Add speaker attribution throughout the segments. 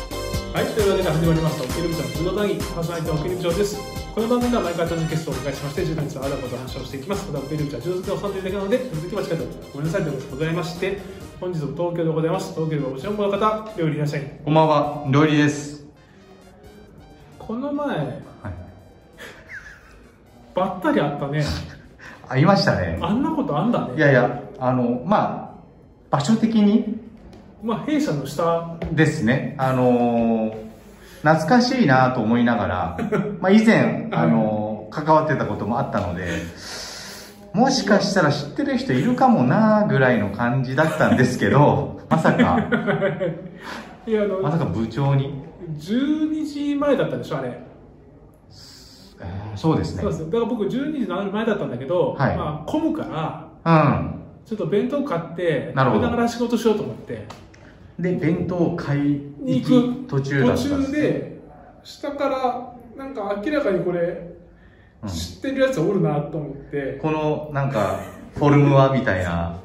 Speaker 1: いうわけで始まりましたオケルビジョンズの談義パーソナリティのオケルビジョンですこの番組では毎回楽しいゲストをお迎えしまして10月のあることを話をしていきますまたオケルビジョンは10月の3というだけなので続きましてごめんなさいということでございまして本日も東京でございます東京ではもちろんこの方料理いらっしゃい
Speaker 2: こんばんは、料理です。
Speaker 1: この前
Speaker 2: はい。
Speaker 1: ばったりあったね
Speaker 2: ありましたね。
Speaker 1: あんなことあんだね
Speaker 2: いやいや、あの、まあ、場所的に
Speaker 1: まあ弊社の下
Speaker 2: ですね、あのー懐かしいなと思いなが ら、まあ、以前、あのー関わってたこともあったので、もしかしたら知ってる人いるかもなぐらいの感じだったんですけ ど、まさか、
Speaker 1: いやあの
Speaker 2: まさか部長に、
Speaker 1: 12時前だったでしょあれ
Speaker 2: えーそうですね
Speaker 1: そう。ですだから僕12時の前だったんだけど、
Speaker 2: はい
Speaker 1: まあ、混むから
Speaker 2: うん。
Speaker 1: ちょっと弁当買って
Speaker 2: なるほ
Speaker 1: 食べ
Speaker 2: ど
Speaker 1: ながら仕事しようと思って
Speaker 2: で、弁当買い
Speaker 1: に
Speaker 2: に
Speaker 1: 行
Speaker 2: 行
Speaker 1: く
Speaker 2: き途中だった
Speaker 1: 途
Speaker 2: んです
Speaker 1: 中で下からなんか明らかにこれ
Speaker 2: うん
Speaker 1: 知ってるやつおるなと思って、
Speaker 2: このなんかフォルムはみたい な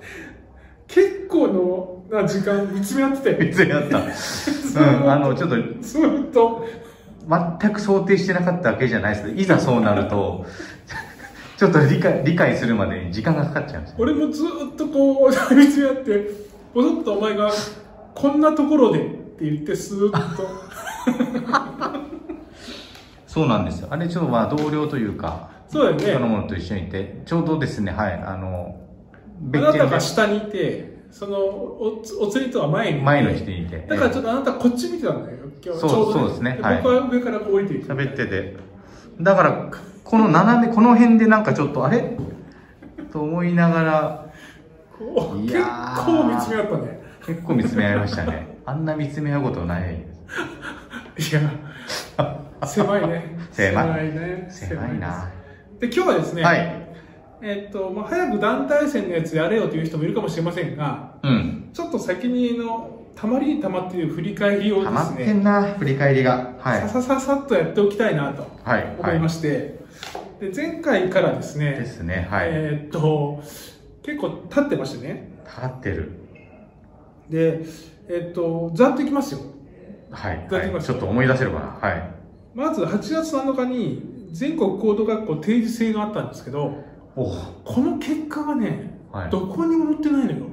Speaker 1: 結構のな時間見つめ合ってて
Speaker 2: 別にあった、うん、あのちょっと
Speaker 1: ずっと
Speaker 2: 全く想定してなかったわけじゃないですけどいざそうなると ちょっと理解理解するまでに時間がかかっちゃうんですよ
Speaker 1: 俺もずっとこう見つめ合ってぼそっとお前が「こんなところで」って言ってスーッと
Speaker 2: そうなんですよあれちょっとまあ同僚というか
Speaker 1: そうだ
Speaker 2: 他
Speaker 1: よ
Speaker 2: の
Speaker 1: ね
Speaker 2: 者と一緒にいてちょうどですねはいあの
Speaker 1: あ
Speaker 2: 別
Speaker 1: なた
Speaker 2: 件
Speaker 1: が下にいてそのおお釣りとは前にい
Speaker 2: で
Speaker 1: て
Speaker 2: 前の人にいて
Speaker 1: だからちょっとあなたこっち見てたんだよ今日
Speaker 2: そう
Speaker 1: ちょど
Speaker 2: そうですねはい
Speaker 1: 僕は上からこう降りてきて
Speaker 2: 喋っててだからこの斜めこの辺でなんかちょっとあれと思いながら
Speaker 1: こう
Speaker 2: い
Speaker 1: 結
Speaker 2: やー
Speaker 1: 構見つめ合ったね
Speaker 2: 結構見つめ合いましたねあんな見つめ合うことない
Speaker 1: いや狭いね
Speaker 2: 狭い
Speaker 1: ね
Speaker 2: 狭いな
Speaker 1: で今日はですね、
Speaker 2: はい
Speaker 1: えっとまあ、早く団体戦のやつやれよという人もいるかもしれませんが
Speaker 2: うん
Speaker 1: ちょっと先にのたまりにたまっている振り返りをで
Speaker 2: 溜ますって
Speaker 1: ね
Speaker 2: んな振り返りがはい
Speaker 1: ささささっとやっておきたいなと
Speaker 2: はい
Speaker 1: 思いま
Speaker 2: は
Speaker 1: して、で前回からですね
Speaker 2: いですねはい、
Speaker 1: えっと結構立ってましてね
Speaker 2: 立ってる
Speaker 1: で、えっと、ざっといきますよ。
Speaker 2: はい、
Speaker 1: いただき
Speaker 2: は
Speaker 1: ま
Speaker 2: い、
Speaker 1: す
Speaker 2: ちょっと思い出せるかなはい
Speaker 1: まず8月7日に全国高等学校定時制があったんですけど、
Speaker 2: おう
Speaker 1: この結果がね、
Speaker 2: はい
Speaker 1: どこにも載ってないのよ。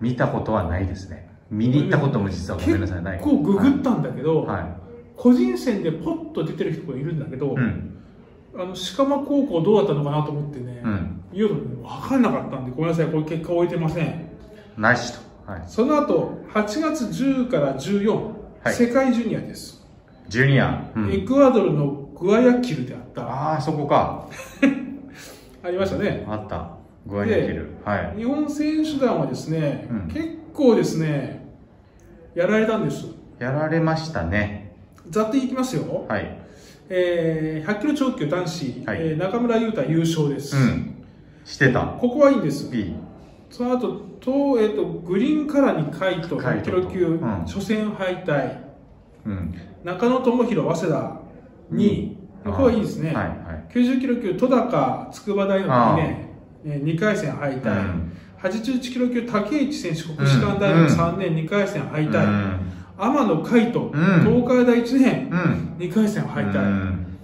Speaker 2: 見たことはないですね見に行ったことも実はごめんなさいない
Speaker 1: 結構ググったんだけど、
Speaker 2: はい、はい
Speaker 1: 個人戦でポッと出てる人がいるんだけど、
Speaker 2: うん
Speaker 1: あの、鹿間高校どうだったのかなと思ってね、
Speaker 2: うん
Speaker 1: 言うのね、分かんなかったんで、ごめんなさい、これ結果置いてません。
Speaker 2: なしと、はい、
Speaker 1: その後、8月10から14、
Speaker 2: はい
Speaker 1: 世界ジュニアです。
Speaker 2: ジュニア、う
Speaker 1: エ
Speaker 2: ん、
Speaker 1: クアドルのグアヤキルであった。
Speaker 2: ああそこか
Speaker 1: ありましたね。
Speaker 2: あった具合にできるはい
Speaker 1: 日本選手団はですね、
Speaker 2: うん
Speaker 1: 結構ですね、やられたんです。
Speaker 2: やられましたね
Speaker 1: ざっといきますよ。
Speaker 2: はい
Speaker 1: えー100キロ超級男子、
Speaker 2: はい
Speaker 1: えー中村優太優勝です、
Speaker 2: うんしてた
Speaker 1: ここはいいんです。
Speaker 2: いい
Speaker 1: その後、とえー、とグリーンカラーにカイト、
Speaker 2: カイ
Speaker 1: 100キ
Speaker 2: ト
Speaker 1: ロ級、
Speaker 2: うん
Speaker 1: 初戦敗退、
Speaker 2: うん
Speaker 1: 中野智弘、早稲田、2位。
Speaker 2: うん
Speaker 1: ここはいいですね。
Speaker 2: はいはい
Speaker 1: 90キロ級、戸高、筑波大学2年、えー2回戦敗退。
Speaker 2: うん
Speaker 1: 81キロ級、竹内選手、国士舘大学3年、2回戦敗退。
Speaker 2: うん
Speaker 1: 天野海斗、
Speaker 2: うん
Speaker 1: 東海大1年、
Speaker 2: うん
Speaker 1: 2回戦敗
Speaker 2: う
Speaker 1: 退、
Speaker 2: ん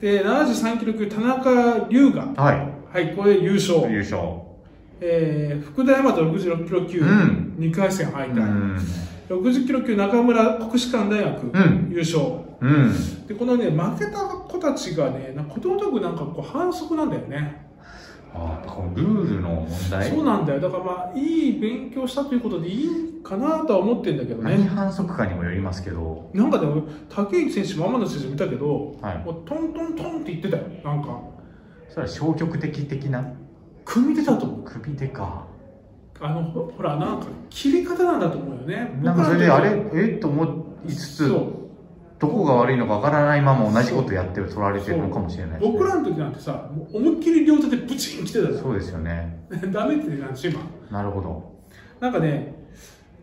Speaker 1: で73キロ級、田中龍河、
Speaker 2: は
Speaker 1: はい、これで優
Speaker 2: い
Speaker 1: 勝、
Speaker 2: 優勝
Speaker 1: えー福田大和66キロ級、
Speaker 2: うん
Speaker 1: 2回戦敗
Speaker 2: う
Speaker 1: 退、
Speaker 2: ん
Speaker 1: 60キロ級、中村国士舘大学、
Speaker 2: うん
Speaker 1: 優勝
Speaker 2: うん
Speaker 1: で、このね、負けた子たちがね、なんかことごとくなんかこう反則なんだよね、
Speaker 2: あやっぱこのルールの問題
Speaker 1: そうなんだよ、だからまあ、いい勉強したということでいいかなとは思ってんだけど
Speaker 2: 何
Speaker 1: ね、
Speaker 2: 反則かにもよりますけど
Speaker 1: なんかでも、竹内選手も天野選手見たけど、
Speaker 2: はい
Speaker 1: もうトントントンって言ってたよ、なんか。
Speaker 2: それは消極的的な
Speaker 1: 組み手だと思う
Speaker 2: 首でか
Speaker 1: あのほほらなんか切り方なんだと思うよね
Speaker 2: なんかそれであれ
Speaker 1: 僕らの時は
Speaker 2: えっと思いつつ
Speaker 1: そう
Speaker 2: どこが悪いのかわからないまま同じことやって取られてるのかもしれないですね
Speaker 1: 僕らの時なんてさもう思いっきり両手でブチン来てたじ
Speaker 2: そうですよね
Speaker 1: ゃん ダメってなんでしょ今
Speaker 2: なるほど
Speaker 1: なんかね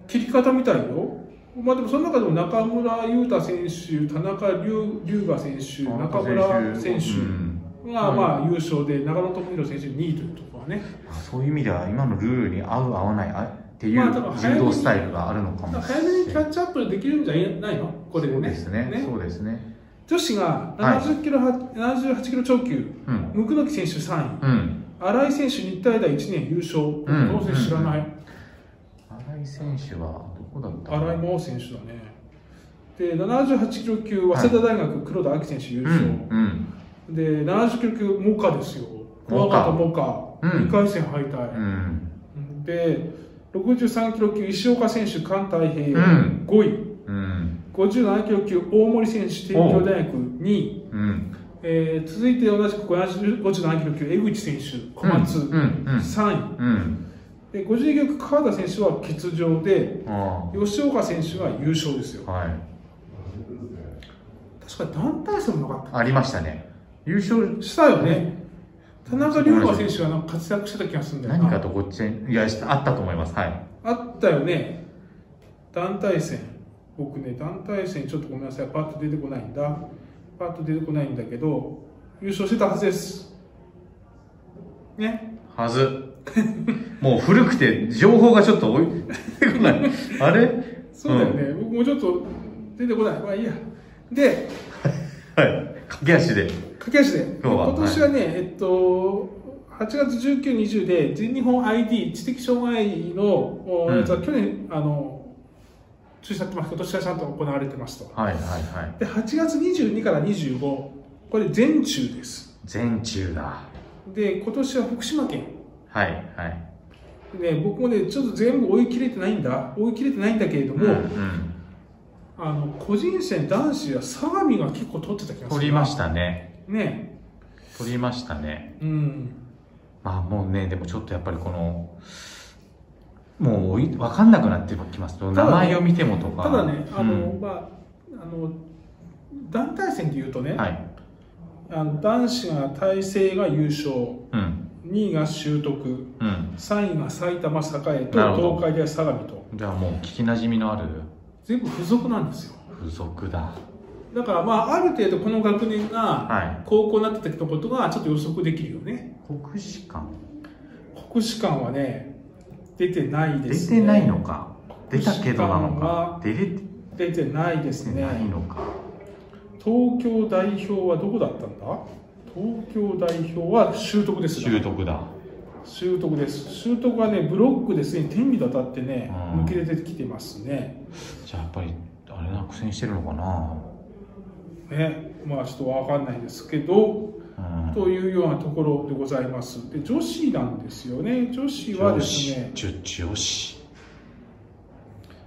Speaker 1: 切り方みたいよまあでもその中でも中村優太選手田中龍龍河選手中村選手
Speaker 2: うん
Speaker 1: がまあ優勝で中野智弘選手2位というところはね
Speaker 2: そういう意味では今のルールに合う合わないあっていう
Speaker 1: まあだから早め
Speaker 2: 柔
Speaker 1: に
Speaker 2: 道スタイルがあるのかもし
Speaker 1: 早めにキ
Speaker 2: れ
Speaker 1: ャ
Speaker 2: ない。
Speaker 1: ッチアップできるんじゃないのこれで
Speaker 2: そう
Speaker 1: ね
Speaker 2: ですね。そうですね。
Speaker 1: 女子が
Speaker 2: はい
Speaker 1: 70キロ、は78キロ超級
Speaker 2: うん。
Speaker 1: 椋木選手3位
Speaker 2: うん。
Speaker 1: 新井選手日体大1年優勝、
Speaker 2: ん
Speaker 1: この選手知らない、
Speaker 2: 新井選手はどこだった
Speaker 1: 新井
Speaker 2: 井
Speaker 1: 真央選手だねで78キロ級早稲田大学黒田亜希選手優
Speaker 2: う
Speaker 1: 勝、
Speaker 2: ん。うん。
Speaker 1: で70キロ級モカですよ
Speaker 2: モ
Speaker 1: 小
Speaker 2: カ
Speaker 1: 方モカ、
Speaker 2: うん
Speaker 1: 2回戦敗退
Speaker 2: う、ん。
Speaker 1: で63キロ級石岡選手関太平、
Speaker 2: うん
Speaker 1: 5位
Speaker 2: うん。
Speaker 1: 57キロ級大森選手帝京大学2位、
Speaker 2: うん。
Speaker 1: えー続いて同じく57キロ級江口選手小松、
Speaker 2: うん。うん。
Speaker 1: 3位
Speaker 2: うん。
Speaker 1: で50キロ級川田選手は欠場で
Speaker 2: あ
Speaker 1: 吉岡選手が優勝ですよ
Speaker 2: あ。はい。
Speaker 1: 確かに団体戦もなかっ
Speaker 2: ありましたね。優勝、
Speaker 1: たしたよね田中龍馬選手がなんか活躍してた気がするんだよな
Speaker 2: 何かとごっちゃに、いや、あったと思います。はい。
Speaker 1: あったよね団体戦僕ね団体戦ちょっとごめんなさいパッと出てこないんだパッと出てこないんだけど優勝してたはずですね
Speaker 2: は ず。もう古くて、情報がちょっと追い、 出てこない。あれ
Speaker 1: そうだよね、僕もちょっと出てこないまあいいやで
Speaker 2: はい。駆け足で。
Speaker 1: 駆け足で
Speaker 2: 今日は
Speaker 1: 今年はね、えっと8月19、20で全日本 ID 知的障害のお
Speaker 2: うん
Speaker 1: やつは去年、あの中止されてます今年はちゃんと行われてますと
Speaker 2: はいはいはい。
Speaker 1: で8月22から25これ全中です
Speaker 2: 全中だ。
Speaker 1: で今年は福島県
Speaker 2: はいはい。
Speaker 1: ね僕もねちょっと全部追い切れてないんだ追い切れてないんだけれども、
Speaker 2: んん、
Speaker 1: あの個人戦男子は相模が結構取ってた気がする
Speaker 2: 取りましたね。
Speaker 1: ね
Speaker 2: 取りましたね。
Speaker 1: うん
Speaker 2: まあもうね、でもちょっとやっぱりこの、もういわかんなくなってきます。名前を見てもとか。
Speaker 1: ただねあの、
Speaker 2: うん
Speaker 1: まああの団体戦でいうとね、
Speaker 2: はい。
Speaker 1: あの男子が大勢が優勝
Speaker 2: うん。
Speaker 1: 2位が習得
Speaker 2: うん。
Speaker 1: 3位が埼玉栄
Speaker 2: なる
Speaker 1: と
Speaker 2: ほど
Speaker 1: 東海大相模と
Speaker 2: じゃあもう聞きなじみのある
Speaker 1: 全部付属なんですよ
Speaker 2: 付属だ。
Speaker 1: だからまあある程度この学年が
Speaker 2: は
Speaker 1: 高校になった時のことがちょっと予測できるよね
Speaker 2: い。国士舘
Speaker 1: 国士舘はね出てないで
Speaker 2: 出
Speaker 1: す
Speaker 2: て
Speaker 1: ね
Speaker 2: ないのか。出
Speaker 1: 国士
Speaker 2: た
Speaker 1: 舘
Speaker 2: けどなのか。出れて
Speaker 1: 出てないですね
Speaker 2: ないのか。
Speaker 1: 東京代表はどこだったんだ東京代表は習得です
Speaker 2: 習得だ。
Speaker 1: 習得です習得はねブロックですね天理だたってね
Speaker 2: うん
Speaker 1: 抜け出てきてますね
Speaker 2: じゃあやっぱり、あれな、苦戦してるのかな。
Speaker 1: ねまあちょっとわかんないですけど
Speaker 2: うん
Speaker 1: というようなところでございますで女子なんですよね女子はですね
Speaker 2: 女子女子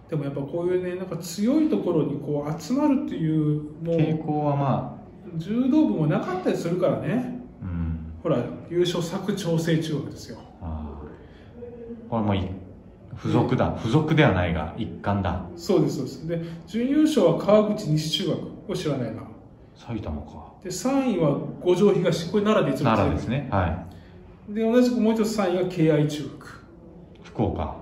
Speaker 1: でもやっぱこういうねなんか強いところにこう集まるっていうもう
Speaker 2: 傾向はま
Speaker 1: 柔道部もなかったりするからね
Speaker 2: あうん
Speaker 1: ほら優勝作調整中学ですよ
Speaker 2: ああこれもいい付属だ付属ではないが一環だ
Speaker 1: そうですそうですで準優勝は川口西中学を知らないな
Speaker 2: 埼玉か
Speaker 1: で3位は五条東これ奈良でいつも
Speaker 2: 奈良ですねは
Speaker 1: で同じくもう一つ3位が敬愛中学
Speaker 2: い福岡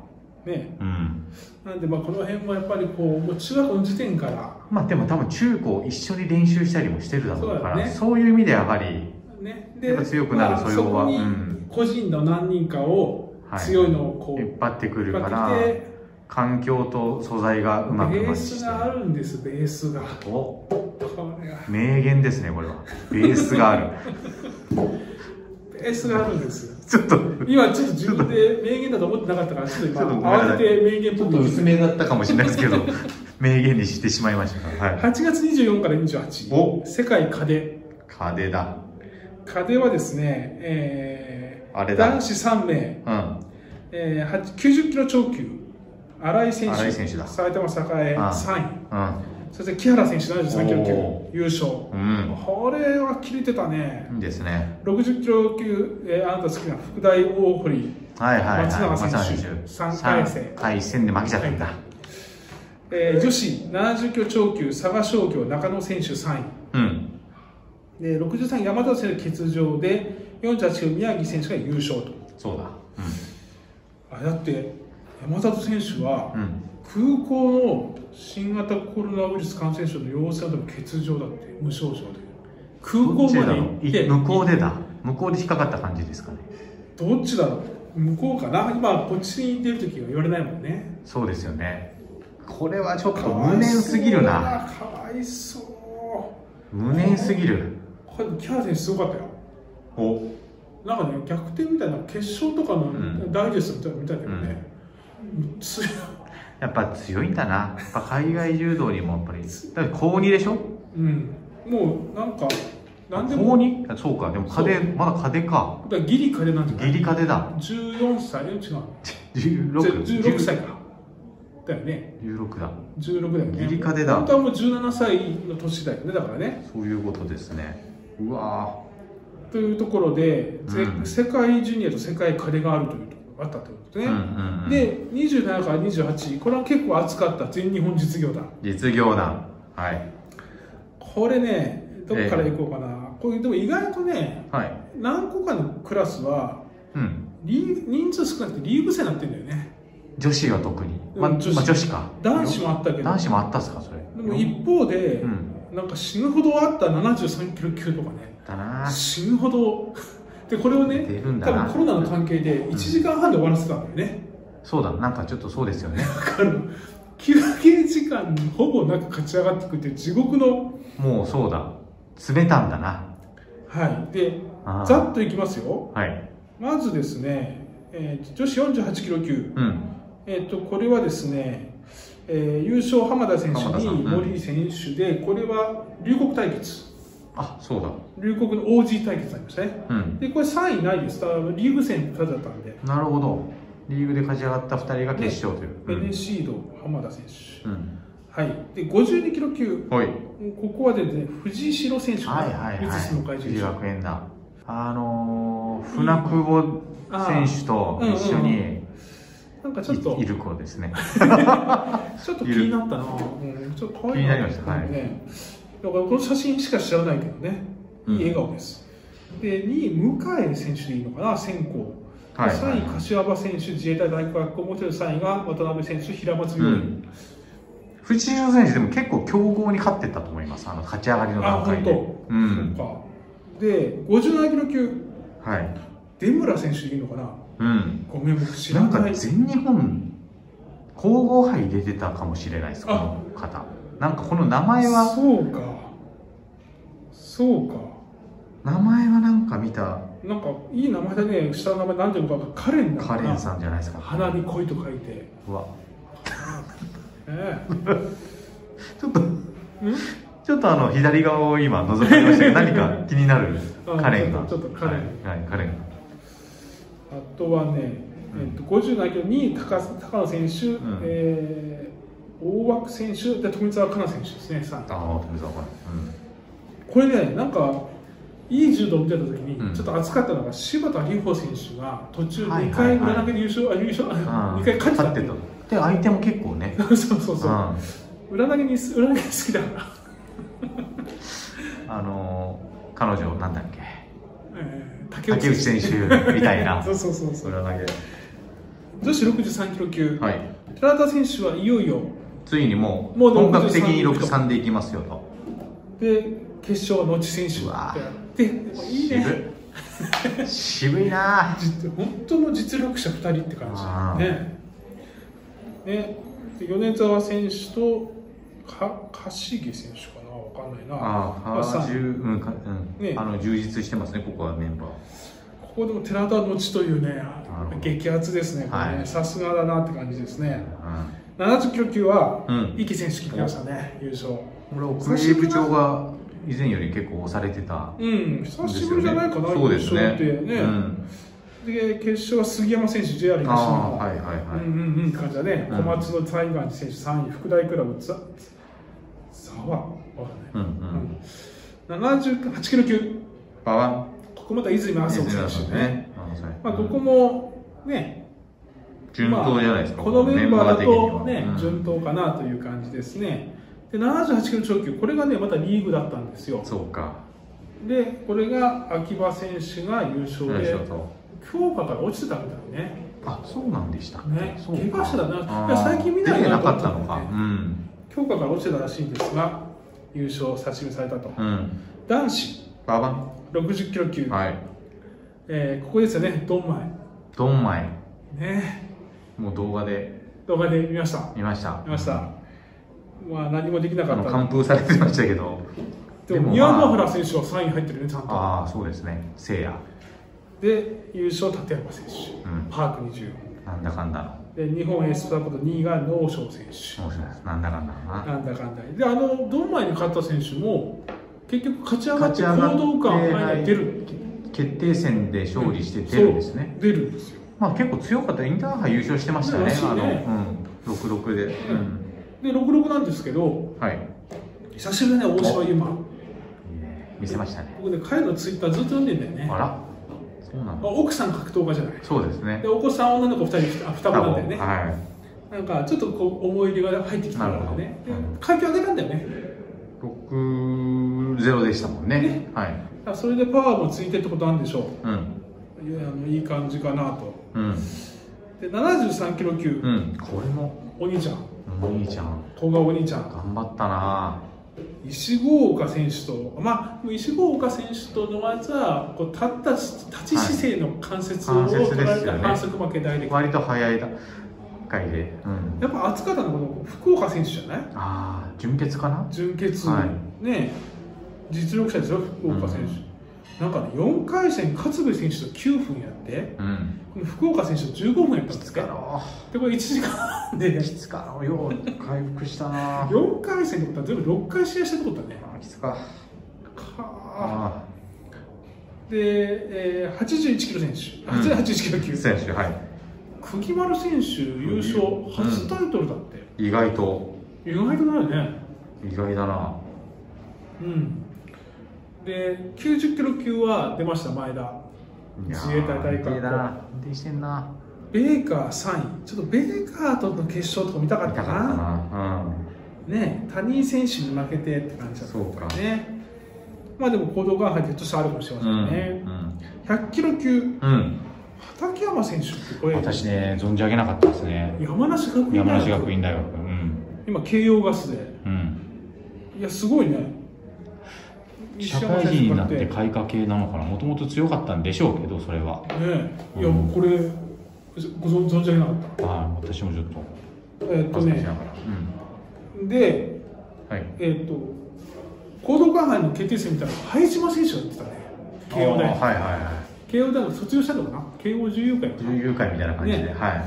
Speaker 1: ね
Speaker 2: うん
Speaker 1: なんでまあこの辺もやっぱりこうもう中学の時点から
Speaker 2: まあでも多分中高一緒に練習したりもしてるだろうから
Speaker 1: そう
Speaker 2: そう,、
Speaker 1: だね
Speaker 2: いう意味でやはり
Speaker 1: ね
Speaker 2: やっぱ強くなる
Speaker 1: まあ
Speaker 2: 素養は
Speaker 1: そこ
Speaker 2: うん
Speaker 1: に個人の何人かを
Speaker 2: はい
Speaker 1: 強いのをこう、
Speaker 2: 引っ張ってくる
Speaker 1: 引っ
Speaker 2: か
Speaker 1: 張
Speaker 2: ら
Speaker 1: ってきて
Speaker 2: 環境と素材がうまく
Speaker 1: ベ
Speaker 2: マッ
Speaker 1: ー
Speaker 2: チし
Speaker 1: ス
Speaker 2: て
Speaker 1: があるんですベースが
Speaker 2: お
Speaker 1: これが
Speaker 2: 名言ですねこれはベースがある
Speaker 1: ベースがあるんですよ
Speaker 2: ちょっと
Speaker 1: 今ちょっと自分で名言だと思ってなかったからちょっと今
Speaker 2: ちょっとごめんなさ
Speaker 1: 慌
Speaker 2: い
Speaker 1: てて名言っ
Speaker 2: ち
Speaker 1: ぽ
Speaker 2: ょっ
Speaker 1: く
Speaker 2: と薄めだったかもしれないですけど、 名言にしてしまいました。はい。
Speaker 1: 8月24から28
Speaker 2: お
Speaker 1: 世界カデ
Speaker 2: 風だ。
Speaker 1: カデはですね、えー
Speaker 2: あれだ
Speaker 1: 男子3名
Speaker 2: うん。
Speaker 1: えー、8 90キロ超級、新井選手、
Speaker 2: 新井選手だ
Speaker 1: 埼玉栄
Speaker 2: ああ
Speaker 1: 3位、
Speaker 2: う
Speaker 1: そして木原選手、73キロ
Speaker 2: お
Speaker 1: 級、優勝、
Speaker 2: ん。
Speaker 1: これは切れてたね
Speaker 2: う、ん。いいですね。
Speaker 1: 60キロ級、えーあなた好きな福大大堀、
Speaker 2: はいはいはい。
Speaker 1: 松永選手三回戦
Speaker 2: 三回戦で負けちゃったんだ。
Speaker 1: えー女子70キロ超級、佐賀商業、中野選手3
Speaker 2: うん。
Speaker 1: 位、で63位、山田選手欠場で、48キロ、宮城選手が優勝と。
Speaker 2: そうだ。
Speaker 1: あだって山里選手は
Speaker 2: うん。うん。
Speaker 1: 空港の新型コロナウイルス感染症の陽性の時欠場だって無症状で空港まで行って
Speaker 2: どっちだろうい向こうでだ。向こうで引っかかった感じですかね。
Speaker 1: どっちだろう向こうかな今こっちに出る時は言われないもんね
Speaker 2: そうですよねこれはちょっと無念すぎるな
Speaker 1: かわいそう
Speaker 2: 無念すぎる
Speaker 1: これキャラ選手すごかったよ
Speaker 2: お
Speaker 1: なんかね逆転みたいな決勝とか
Speaker 2: ん
Speaker 1: のダイジェストみたいなの見たけどね、強い
Speaker 2: やっぱ強いんだなやっぱ海外柔道にもやっぱりだって高2でしょ
Speaker 1: うんもうなんか何で
Speaker 2: 高
Speaker 1: も
Speaker 2: 2? そうかでも風まだ風か
Speaker 1: だからギリ彼なんじゃない
Speaker 2: ギリ風だ
Speaker 1: 14歳え違う
Speaker 2: 16
Speaker 1: 16歳かだよね
Speaker 2: 16だ
Speaker 1: 16だよね
Speaker 2: ギリカデだ
Speaker 1: 本当はもう17歳の年だよねだからね
Speaker 2: そういうことですねうわ
Speaker 1: というところで、ぜ
Speaker 2: うん
Speaker 1: 世界ジュニアと世界カデがあるというところがあったということ
Speaker 2: ー
Speaker 1: ね、
Speaker 2: うんうんうん、
Speaker 1: で27から28これは結構熱かった全日本実業団
Speaker 2: 実業団はい
Speaker 1: これねどこから行こうかな、これでも意外とね
Speaker 2: はい
Speaker 1: 何個かのクラスは
Speaker 2: うん
Speaker 1: リーグ人数少なくてリーグ制になってんだよね
Speaker 2: 女子は特に、ま
Speaker 1: うん女子
Speaker 2: まあ、女子か
Speaker 1: 男子もあったけど
Speaker 2: 男子もあったっすかそれ
Speaker 1: でも一方で、
Speaker 2: うん
Speaker 1: なんか死ぬほどあった73キロ級とかね
Speaker 2: だな
Speaker 1: 死ぬほど でこれをね
Speaker 2: 出るんだ
Speaker 1: 多
Speaker 2: な
Speaker 1: 分コロナの関係で1時間半で終わらせたんだよね、
Speaker 2: そうだなんかちょっとそうですよね
Speaker 1: だから休憩時間ほぼなく勝ち上がってくっていう地獄の
Speaker 2: もうそうだ詰めたんだな
Speaker 1: はいで
Speaker 2: あー
Speaker 1: ざっといきますよ
Speaker 2: はい
Speaker 1: まずですね、えー女子48キロ級、
Speaker 2: うん
Speaker 1: えー、とこれはですね、えー優勝浜田選手
Speaker 2: 浜田さんう
Speaker 1: に
Speaker 2: ん
Speaker 1: 森井選手で、これは龍谷対決
Speaker 2: あそうだ
Speaker 1: 龍谷の OG 対決になりましたね
Speaker 2: うん
Speaker 1: でこれ3位ないですただリーグ戦だったんで、
Speaker 2: なるほどリーグで勝ち上がった2人が決勝という、
Speaker 1: NC シード浜田選手
Speaker 2: うん
Speaker 1: はいで52キロ級
Speaker 2: うん、はい
Speaker 1: ここはですね藤井城選手
Speaker 2: はいはい
Speaker 1: 三菱の
Speaker 2: は
Speaker 1: 会
Speaker 2: い
Speaker 1: 長
Speaker 2: 藤井学園だあのー、船久保選手と一緒に
Speaker 1: うんなんかちょっと
Speaker 2: いいる子ですね
Speaker 1: ちょっと気になったな、うん、ちょっと可愛い
Speaker 2: 気になりましたはい
Speaker 1: ねだからこの写真しか知らないけどねいい笑顔です、で2位向井選手でいいのかな先行、
Speaker 2: はいはい
Speaker 1: 3位柏場選手自衛隊大学学校持ってる3位が渡辺選手平松
Speaker 2: う
Speaker 1: 病院、
Speaker 2: ん藤井選手でも結構強豪に勝ってったと思いますあの勝ち上がりの段階で
Speaker 1: あ本
Speaker 2: う
Speaker 1: そうんかで57キロ級
Speaker 2: はい
Speaker 1: 出村選手でいいのかな
Speaker 2: うん
Speaker 1: ごめん僕知
Speaker 2: な
Speaker 1: ら
Speaker 2: ん
Speaker 1: な
Speaker 2: か
Speaker 1: い
Speaker 2: 全日本皇后杯出てたかもしれないですこ
Speaker 1: あ
Speaker 2: の方なんかこの名前は
Speaker 1: そうかそうか
Speaker 2: 名前はなんか見た
Speaker 1: なんかいい名前だね下の名前なんていうのかカレンなの
Speaker 2: カ
Speaker 1: かな
Speaker 2: レンさんじゃないですか
Speaker 1: 花に恋と書いて、ね
Speaker 2: うわ
Speaker 1: え
Speaker 2: ちょっと
Speaker 1: うん
Speaker 2: ちょっとあの左側を今覗かれましたけど何か気になる
Speaker 1: あ
Speaker 2: カレンが
Speaker 1: ちょっとカレン
Speaker 2: はい、はい、カレン
Speaker 1: あとはね、えっと57キロに高高野選手、
Speaker 2: うん
Speaker 1: えー大枠選手で富澤香菜選手ですね三
Speaker 2: ああ富澤カレ
Speaker 1: これねなんかいい柔道を見てた時に、
Speaker 2: うん
Speaker 1: ちょっと熱かったのが柴田里穂選手が途中
Speaker 2: はい
Speaker 1: 2
Speaker 2: はい
Speaker 1: 回
Speaker 2: はい
Speaker 1: 裏投げで優勝、あ優
Speaker 2: ン
Speaker 1: 勝、
Speaker 2: うん
Speaker 1: 2回勝ってた
Speaker 2: 勝ってたで相手も結構ね
Speaker 1: そうそうそう、
Speaker 2: うん
Speaker 1: 裏投げに裏投げ好きだから、
Speaker 2: あのー彼女なんだっけ
Speaker 1: えー
Speaker 2: 竹内選手みたい な
Speaker 1: そうそうそうそう
Speaker 2: 裏投
Speaker 1: 女子63キロ級、
Speaker 2: げはい
Speaker 1: 寺田選手はいよいよ
Speaker 2: ついにもう
Speaker 1: もう63
Speaker 2: 本格的に63でいきますよと
Speaker 1: で決勝のち選手
Speaker 2: うわ
Speaker 1: ででもいいね
Speaker 2: 渋い渋いな
Speaker 1: 実本当の実力者2人って
Speaker 2: あ
Speaker 1: 感
Speaker 2: ー
Speaker 1: じねねで米沢選手とか柏木選手かなわかんないな
Speaker 2: ああ
Speaker 1: まあさ
Speaker 2: あ十うんかうん、
Speaker 1: ね
Speaker 2: あの充実してますねここはメンバー
Speaker 1: ここでも寺田のちというね
Speaker 2: ほど
Speaker 1: 激アツですねこれね
Speaker 2: はい
Speaker 1: さすがだなって感じですね70キロ級は
Speaker 2: うん
Speaker 1: 池選手決めましたね、優勝
Speaker 2: うんこれ国枝部長が以前より結構押されてた
Speaker 1: うん久しぶりじゃないかな、
Speaker 2: そう
Speaker 1: 優
Speaker 2: です
Speaker 1: 勝
Speaker 2: ね
Speaker 1: ってね、
Speaker 2: うん、
Speaker 1: で決勝は杉山選手 JR 西日
Speaker 2: ああ
Speaker 1: 本
Speaker 2: はいはいはい、
Speaker 1: うんうんうん感じだね、
Speaker 2: うん
Speaker 1: 小松のタイガー選手3位、福大クラブ、ざざわ、わ
Speaker 2: う
Speaker 1: か
Speaker 2: んうんん
Speaker 1: ない、78キロ級、
Speaker 2: 馬場
Speaker 1: ここまた泉麻生選
Speaker 2: 選手
Speaker 1: 手ね、
Speaker 2: あのそれ
Speaker 1: まあ、ここもね、
Speaker 2: 順当じゃないですか、
Speaker 1: このメンバーだと、
Speaker 2: メン
Speaker 1: ね
Speaker 2: バー的には
Speaker 1: 順当かなという感じですね、で78キロ超級、これがね、またリーグだったんですよ
Speaker 2: うん、そうか
Speaker 1: で、これが秋葉選手が優勝で
Speaker 2: よい、しょと
Speaker 1: 強化から落ちてたみたいね。
Speaker 2: あそうなんでしたっけ
Speaker 1: ね
Speaker 2: そうか
Speaker 1: 怪我してたな
Speaker 2: あー
Speaker 1: いや最近見ない
Speaker 2: 出て
Speaker 1: な
Speaker 2: な
Speaker 1: と思
Speaker 2: か
Speaker 1: っ
Speaker 2: ったたのかうん
Speaker 1: 強化から落ちてたらしいんですが優勝を差し見されたと、
Speaker 2: うん
Speaker 1: 男子
Speaker 2: ババン
Speaker 1: 60キロ級、
Speaker 2: はい
Speaker 1: えーここですよねドンマイ
Speaker 2: ドンマイ
Speaker 1: ね
Speaker 2: もう動画で
Speaker 1: 動画で見ました
Speaker 2: 見ました
Speaker 1: 見ましたまあ何もできな
Speaker 2: あ
Speaker 1: かっ
Speaker 2: の
Speaker 1: た
Speaker 2: 完封されてましたけど
Speaker 1: でも
Speaker 2: で
Speaker 1: 宮
Speaker 2: もま
Speaker 1: ノ
Speaker 2: あ
Speaker 1: 原選手は3位入ってるねちゃんと
Speaker 2: ああそうですねせいや
Speaker 1: で優勝立山選手、
Speaker 2: うん
Speaker 1: パーク24
Speaker 2: なんだかんだの
Speaker 1: で日本エスパーこと2位が能翔選手
Speaker 2: 面白いですなんだかんだのな
Speaker 1: なんだかんだであのドンマイに勝った選手も結局勝ち上がって行
Speaker 2: 勝ち上がって
Speaker 1: 動感を前に出る
Speaker 2: 決定戦で勝利して出るんですね、
Speaker 1: そう出るんですよ
Speaker 2: まあ結構強かったインターハイ優勝してましたよね
Speaker 1: らしい
Speaker 2: あの
Speaker 1: ね
Speaker 2: うん66で、うん
Speaker 1: で66なんですけど
Speaker 2: はい
Speaker 1: 久しぶりだね大島優馬
Speaker 2: いいね見せましたね
Speaker 1: 僕ね彼のツイッターずっと読んでんだよね
Speaker 2: あらそうな
Speaker 1: まあ
Speaker 2: の
Speaker 1: 奥さん格闘家じゃない
Speaker 2: そうですね
Speaker 1: でお子さん女の子2人ふた双子なんだよね
Speaker 2: は
Speaker 1: なんかちょっとこう思い入れが入ってきたんだよねで
Speaker 2: なるほどうん
Speaker 1: 階級上げたんだよね
Speaker 2: い60でしたもんね
Speaker 1: ね
Speaker 2: はい
Speaker 1: だからそれでパワーもついてってことなんでしょ
Speaker 2: うん
Speaker 1: ういやあのいい感じかなと
Speaker 2: うん
Speaker 1: で73キロ級、
Speaker 2: うんこれも
Speaker 1: お兄ちゃん
Speaker 2: お兄ちゃん
Speaker 1: 古賀お兄ちゃん
Speaker 2: 頑張ったな
Speaker 1: 石郷岡選手と、まあ、石郷岡選手との技はこう立ったし立ち姿勢の関節を
Speaker 2: はい関節
Speaker 1: 取られ
Speaker 2: ですよ
Speaker 1: た
Speaker 2: ね
Speaker 1: 反則負けダイレクト
Speaker 2: 割と早い段階で、うん、
Speaker 1: やっぱ熱かったのはこの福岡選手じゃない
Speaker 2: ああ純潔かな
Speaker 1: 準決、
Speaker 2: は
Speaker 1: ね実力者ですよ福岡選手、なんかね4回戦勝部選手と9分やって
Speaker 2: うん
Speaker 1: この福岡選手と15分やったんです
Speaker 2: きつか
Speaker 1: か
Speaker 2: ろ
Speaker 1: でこれ1時間で
Speaker 2: うきつかろうよう回復したなあ
Speaker 1: 4回戦ってことは全部6回試合したってことだね
Speaker 2: ーきつか
Speaker 1: か
Speaker 2: あ
Speaker 1: ーで、えー、81キロ選手あ
Speaker 2: うん
Speaker 1: 81キロ級
Speaker 2: ー選手はい
Speaker 1: 釘丸選手優
Speaker 2: う
Speaker 1: 勝
Speaker 2: ん
Speaker 1: 初タイトルだって、
Speaker 2: 意外と
Speaker 1: 意外とないね
Speaker 2: 意外だな
Speaker 1: うんで90キロ級は出ました前田
Speaker 2: いやー
Speaker 1: 自衛隊大会
Speaker 2: 安定だな安定してんな
Speaker 1: ベーカー3位ちょっとベーカーとの決勝とか見た
Speaker 2: 見
Speaker 1: かった
Speaker 2: かった
Speaker 1: な
Speaker 2: な
Speaker 1: ね谷井選手に負けてって感じだった
Speaker 2: そうか
Speaker 1: ねまあでも行動が入ってちょっとあるかもしれま
Speaker 2: う
Speaker 1: せ
Speaker 2: ん
Speaker 1: んね、
Speaker 2: うん
Speaker 1: 100キロ級
Speaker 2: うん
Speaker 1: 畠山選手ってこれ
Speaker 2: 私ね存じ上げなかったですね
Speaker 1: 山梨学院大学
Speaker 2: 山梨学院大学うん
Speaker 1: 今慶応ガスで
Speaker 2: うん
Speaker 1: いやすごいね
Speaker 2: 社会人になって
Speaker 1: 西山選手
Speaker 2: 開花系なのかなもともと強かったんでしょうけどそれは
Speaker 1: 勝ってねえいや
Speaker 2: うん
Speaker 1: これご存存じ上げなかっ
Speaker 2: はい私もちょっと
Speaker 1: たえっと
Speaker 2: 恥ずかしな
Speaker 1: ね
Speaker 2: がらうん
Speaker 1: で
Speaker 2: はい
Speaker 1: えっと行動館杯の決定戦みたいなの灰島選手がやってたね慶応大
Speaker 2: あー
Speaker 1: 学
Speaker 2: はいはいは
Speaker 1: 慶応大学卒業したのかな慶応自由会
Speaker 2: い友友会みたいな感じで
Speaker 1: ね
Speaker 2: はい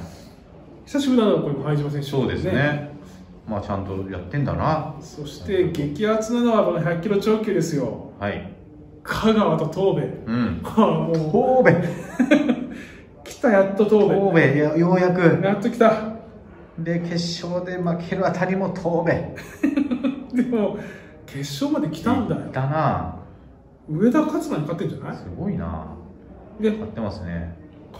Speaker 1: 久しぶりだなこれも灰島選手
Speaker 2: そうですねまあちゃんとやってんだな
Speaker 1: そして激アツなのはこの100キロ超級ですよ
Speaker 2: はい
Speaker 1: 香川と東
Speaker 2: うん
Speaker 1: 米ああも
Speaker 2: 神
Speaker 1: う
Speaker 2: 戸
Speaker 1: 来たやっと東
Speaker 2: 神
Speaker 1: 米
Speaker 2: 戸いやようやく
Speaker 1: やっと来た
Speaker 2: で決勝で負けるあたりも神戸
Speaker 1: でも決勝まで来たんだよ
Speaker 2: いったな
Speaker 1: 上田勝馬に勝ってんじゃない
Speaker 2: すごいな
Speaker 1: で
Speaker 2: 勝ってますね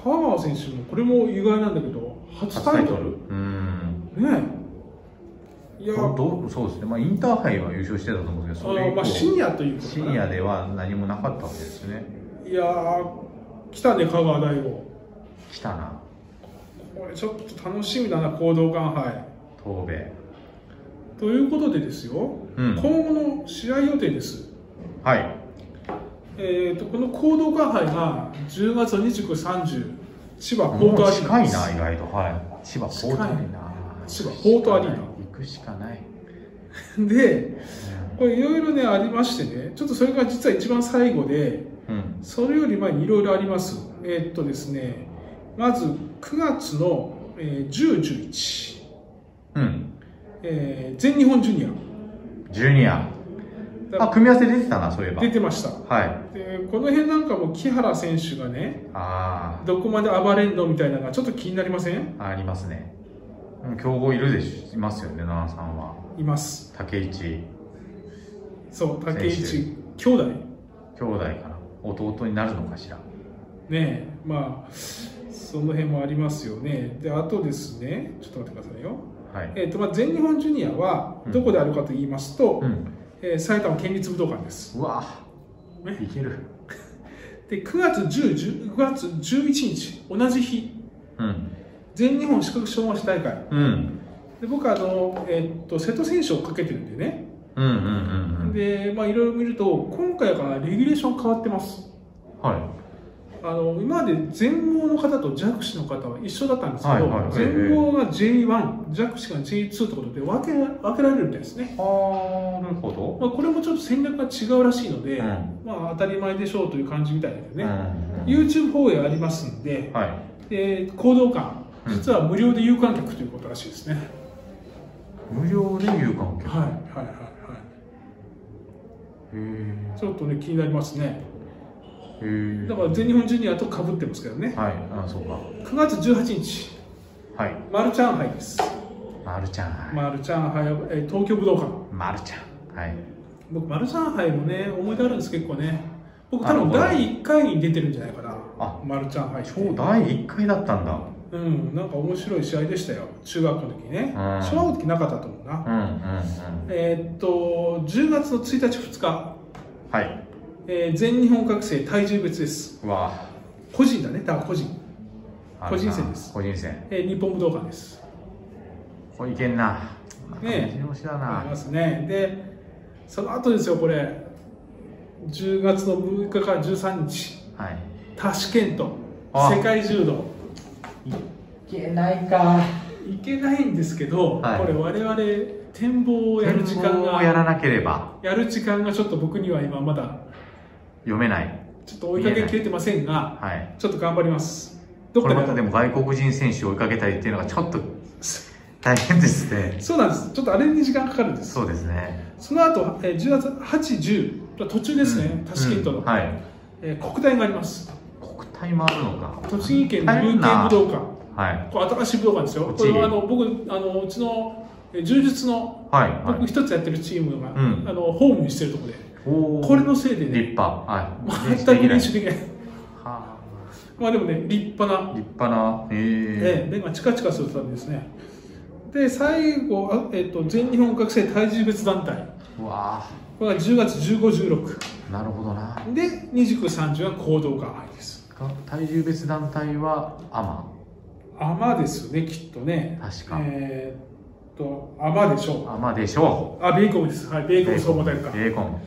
Speaker 1: 川川選手もこれも意外なんだけど初タイトル
Speaker 2: うん
Speaker 1: ねえいや
Speaker 2: これどうそうですねまあインターハイは優勝してたと思うんです
Speaker 1: あ
Speaker 2: けどそれ以
Speaker 1: の
Speaker 2: 降
Speaker 1: まあシニアということ
Speaker 2: シ
Speaker 1: かな
Speaker 2: ニアでは何もなかったわけですね
Speaker 1: いやー来たね香川大吾
Speaker 2: 来たな
Speaker 1: これちょっと楽しみだな行動館杯
Speaker 2: 神
Speaker 1: ということでですよ、
Speaker 2: 戸うん
Speaker 1: 今後の試合予定です
Speaker 2: はい
Speaker 1: えー、とこの行動館杯が10月29、30千葉ポ
Speaker 2: も
Speaker 1: ートア
Speaker 2: う
Speaker 1: リーナ
Speaker 2: 近い
Speaker 1: です
Speaker 2: な意外とはい千葉ポートアリーナ
Speaker 1: 近い千葉ポートアリーナ
Speaker 2: 行くしかない
Speaker 1: でこれいろいろねありましてねちょっとそれが実は一番最後で
Speaker 2: うん
Speaker 1: それより前にいろいろありますえーっとですねまず9月の、えー、10、11、
Speaker 2: うん
Speaker 1: えー全日本ジュニ
Speaker 2: ジュニアあ
Speaker 1: ア
Speaker 2: 組み合わせ出てたなそういえば
Speaker 1: 出てました
Speaker 2: はい
Speaker 1: でこの辺なんかも木原選手がね
Speaker 2: あ
Speaker 1: どこまで暴れんのみたいなのがちょっと気になりません
Speaker 2: あありますねうん競合いるでしいますよね奈々さんはい
Speaker 1: ます
Speaker 2: 竹市
Speaker 1: そう
Speaker 2: 選手
Speaker 1: 竹内兄弟
Speaker 2: 兄弟かな弟になるのかしら
Speaker 1: ねえまあその辺もありますよねであとですねちょっと待ってくださいよ
Speaker 2: はい
Speaker 1: えーとまあ、全日本ジュニアは
Speaker 2: うん
Speaker 1: どこであるかと言いますと、
Speaker 2: うん
Speaker 1: えー埼玉県立武道館です
Speaker 2: うわ
Speaker 1: ね
Speaker 2: いける
Speaker 1: で9月10 9月11日同じ日
Speaker 2: うん
Speaker 1: 全日本視覚障害者大会
Speaker 2: うん
Speaker 1: で僕はあの、えー、と瀬戸選手をかけてるんでね
Speaker 2: うんうんうんうん
Speaker 1: でまあいろいろ見ると今回からレギュレーション変わってます
Speaker 2: はい
Speaker 1: あの今まで全盲の方と弱視の方は一緒だったんですけど、
Speaker 2: はいはい
Speaker 1: 全盲が J1 弱視が J2 ってことで分け分けられるみたいですね、
Speaker 2: はあなるほど
Speaker 1: まあ、これもちょっと戦略が違うらしいので、
Speaker 2: うん
Speaker 1: まあ、当たり前でしょうという感じみたいだけど
Speaker 2: うん
Speaker 1: ね、
Speaker 2: うん
Speaker 1: YouTube 放映ありますんで、
Speaker 2: はい
Speaker 1: で行動感実は無料で有観客ということらしいですね、
Speaker 2: 無料で有
Speaker 1: はいはいはい
Speaker 2: 観客へ
Speaker 1: はい
Speaker 2: え
Speaker 1: ちょっとね気になりますね
Speaker 2: へえ
Speaker 1: だから全日本ジュニアとかぶってますけどね
Speaker 2: はいあそうか
Speaker 1: 9月18日
Speaker 2: はい
Speaker 1: マルチャンハイです
Speaker 2: まるちゃんはい
Speaker 1: マルチャンハイ、えー東京武道館
Speaker 2: まるちゃんはい
Speaker 1: 僕マルチャンハイもね思い出あるんです結構ね僕多
Speaker 2: なる
Speaker 1: 分
Speaker 2: ほど
Speaker 1: 第1回に出てるんじゃないかな
Speaker 2: あ
Speaker 1: マルチャンハイって
Speaker 2: 今日第1回だったんだ
Speaker 1: うんなんか面白い試合でしたよ中学校の時ね
Speaker 2: ん
Speaker 1: 小学校の時なかったと思うな
Speaker 2: うんうんうん
Speaker 1: えーっと10月の1日2日、
Speaker 2: はい
Speaker 1: えー全日本学生体重別です
Speaker 2: うわ
Speaker 1: 個人だねだから個人、
Speaker 2: あ
Speaker 1: 個人戦です
Speaker 2: 個人戦
Speaker 1: えー日本武道館です
Speaker 2: これいけんな
Speaker 1: ねえ
Speaker 2: え押しだ
Speaker 1: ありま
Speaker 2: な
Speaker 1: すねでその後ですよこれ10月の6日から13日
Speaker 2: はい
Speaker 1: タシケント
Speaker 2: あ
Speaker 1: 世界柔道
Speaker 2: いけないか
Speaker 1: いけないんですけど、
Speaker 2: はい
Speaker 1: これ我々展望をやる時間
Speaker 2: 展望
Speaker 1: が
Speaker 2: をやらなければ
Speaker 1: やる時間がちょっと僕には今まだ
Speaker 2: 読めない
Speaker 1: ちょっと追いかけきれてませんが
Speaker 2: はい
Speaker 1: ちょっと頑張りますどっ
Speaker 2: こ
Speaker 1: か
Speaker 2: れ
Speaker 1: で
Speaker 2: またでも外国人選手を追いかけたりっていうのがちょっと大変ですね
Speaker 1: そうなんですちょっとあれに時間かかるんです
Speaker 2: そうですね
Speaker 1: その後えー10月8、10途中ですね、タシケントの、
Speaker 2: うんはい
Speaker 1: えー国体があります
Speaker 2: 国体もあるのか
Speaker 1: 栃木県の
Speaker 2: 大
Speaker 1: 有
Speaker 2: 変な
Speaker 1: 形武道館
Speaker 2: はい
Speaker 1: これ新しい武道館ですよ
Speaker 2: 栃木
Speaker 1: これはあの僕あのうちのえー柔術の
Speaker 2: はいは
Speaker 1: 僕
Speaker 2: い
Speaker 1: 一つやってるチームが、
Speaker 2: うん
Speaker 1: あのホームにしてるところで
Speaker 2: おー
Speaker 1: これのせいでね
Speaker 2: 立派はい
Speaker 1: 全く練習できない
Speaker 2: は
Speaker 1: まあでもね立派
Speaker 2: あ
Speaker 1: な、
Speaker 2: 立派な
Speaker 1: え
Speaker 2: え
Speaker 1: え目がチカチカするためですねで最後あ、えっと全日本学生体重別団体
Speaker 2: えうわ
Speaker 1: これが10月1516
Speaker 2: あなるほどな
Speaker 1: で2930は行動が入りです
Speaker 2: 体重別団体はアマ
Speaker 1: アマですねきっとね
Speaker 2: 確か
Speaker 1: えーっとアマでしょ
Speaker 2: アマでしょ
Speaker 1: うあベーコンですはいベ
Speaker 2: う
Speaker 1: ーコン総務大会
Speaker 2: ベーコン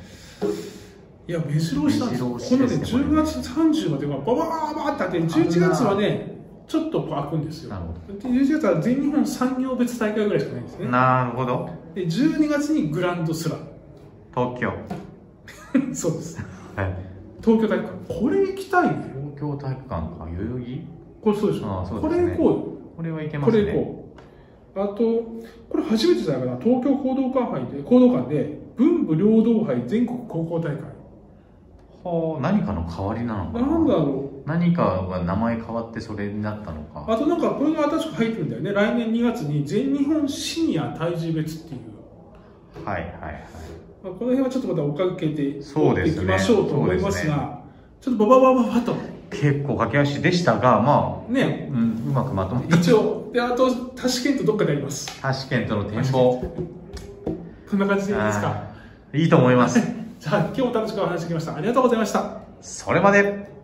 Speaker 1: いや、目白押しなんですよ。
Speaker 2: 目
Speaker 1: こ
Speaker 2: 白
Speaker 1: の
Speaker 2: 押
Speaker 1: ね、
Speaker 2: しですね
Speaker 1: 10月30までがババーバーってあって、11月はね、ちょっとこう開くんですよ
Speaker 2: なるほ。
Speaker 1: で11月は全日本産業別大会ぐらいしかないんですね。
Speaker 2: なるほど
Speaker 1: で、12月にグランドスラ
Speaker 2: 東京
Speaker 1: ム。 そうです。
Speaker 2: はい
Speaker 1: 東京大会。これ行きたいね。
Speaker 2: 東京体育館か代々木
Speaker 1: これそうでしょ。
Speaker 2: ああそう
Speaker 1: こ
Speaker 2: です
Speaker 1: れ
Speaker 2: ね
Speaker 1: 行こ
Speaker 2: これはいけ
Speaker 1: うよ。
Speaker 2: ま
Speaker 1: こ
Speaker 2: すね
Speaker 1: れ行こう。あと、これ初めてじゃないかな。東京行動館杯で、行動館で、文武両道杯全国高校大会。
Speaker 2: はあ何かの代わりなのかな
Speaker 1: なんだろう。
Speaker 2: 何かが名前変わってそれになったのか
Speaker 1: あとなんか、これが新しく入ってるんだよね。来年2月に全日本シニア体重別っていう。
Speaker 2: はいはいはい
Speaker 1: まあ、この辺はちょっとまた追っかけて
Speaker 2: そう
Speaker 1: い
Speaker 2: で
Speaker 1: き
Speaker 2: すね
Speaker 1: ましょうと思いますが、ちょっとバババババと
Speaker 2: 結構駆け足でしたがまあ、
Speaker 1: ね
Speaker 2: うん、うまくまとめ
Speaker 1: 一応であとタシケントどっかであります
Speaker 2: タシケントの展望
Speaker 1: こんな感じでいいですか
Speaker 2: あーいいと思います
Speaker 1: じゃあ今日も楽しくお話しできましたありがとうございました
Speaker 2: それまで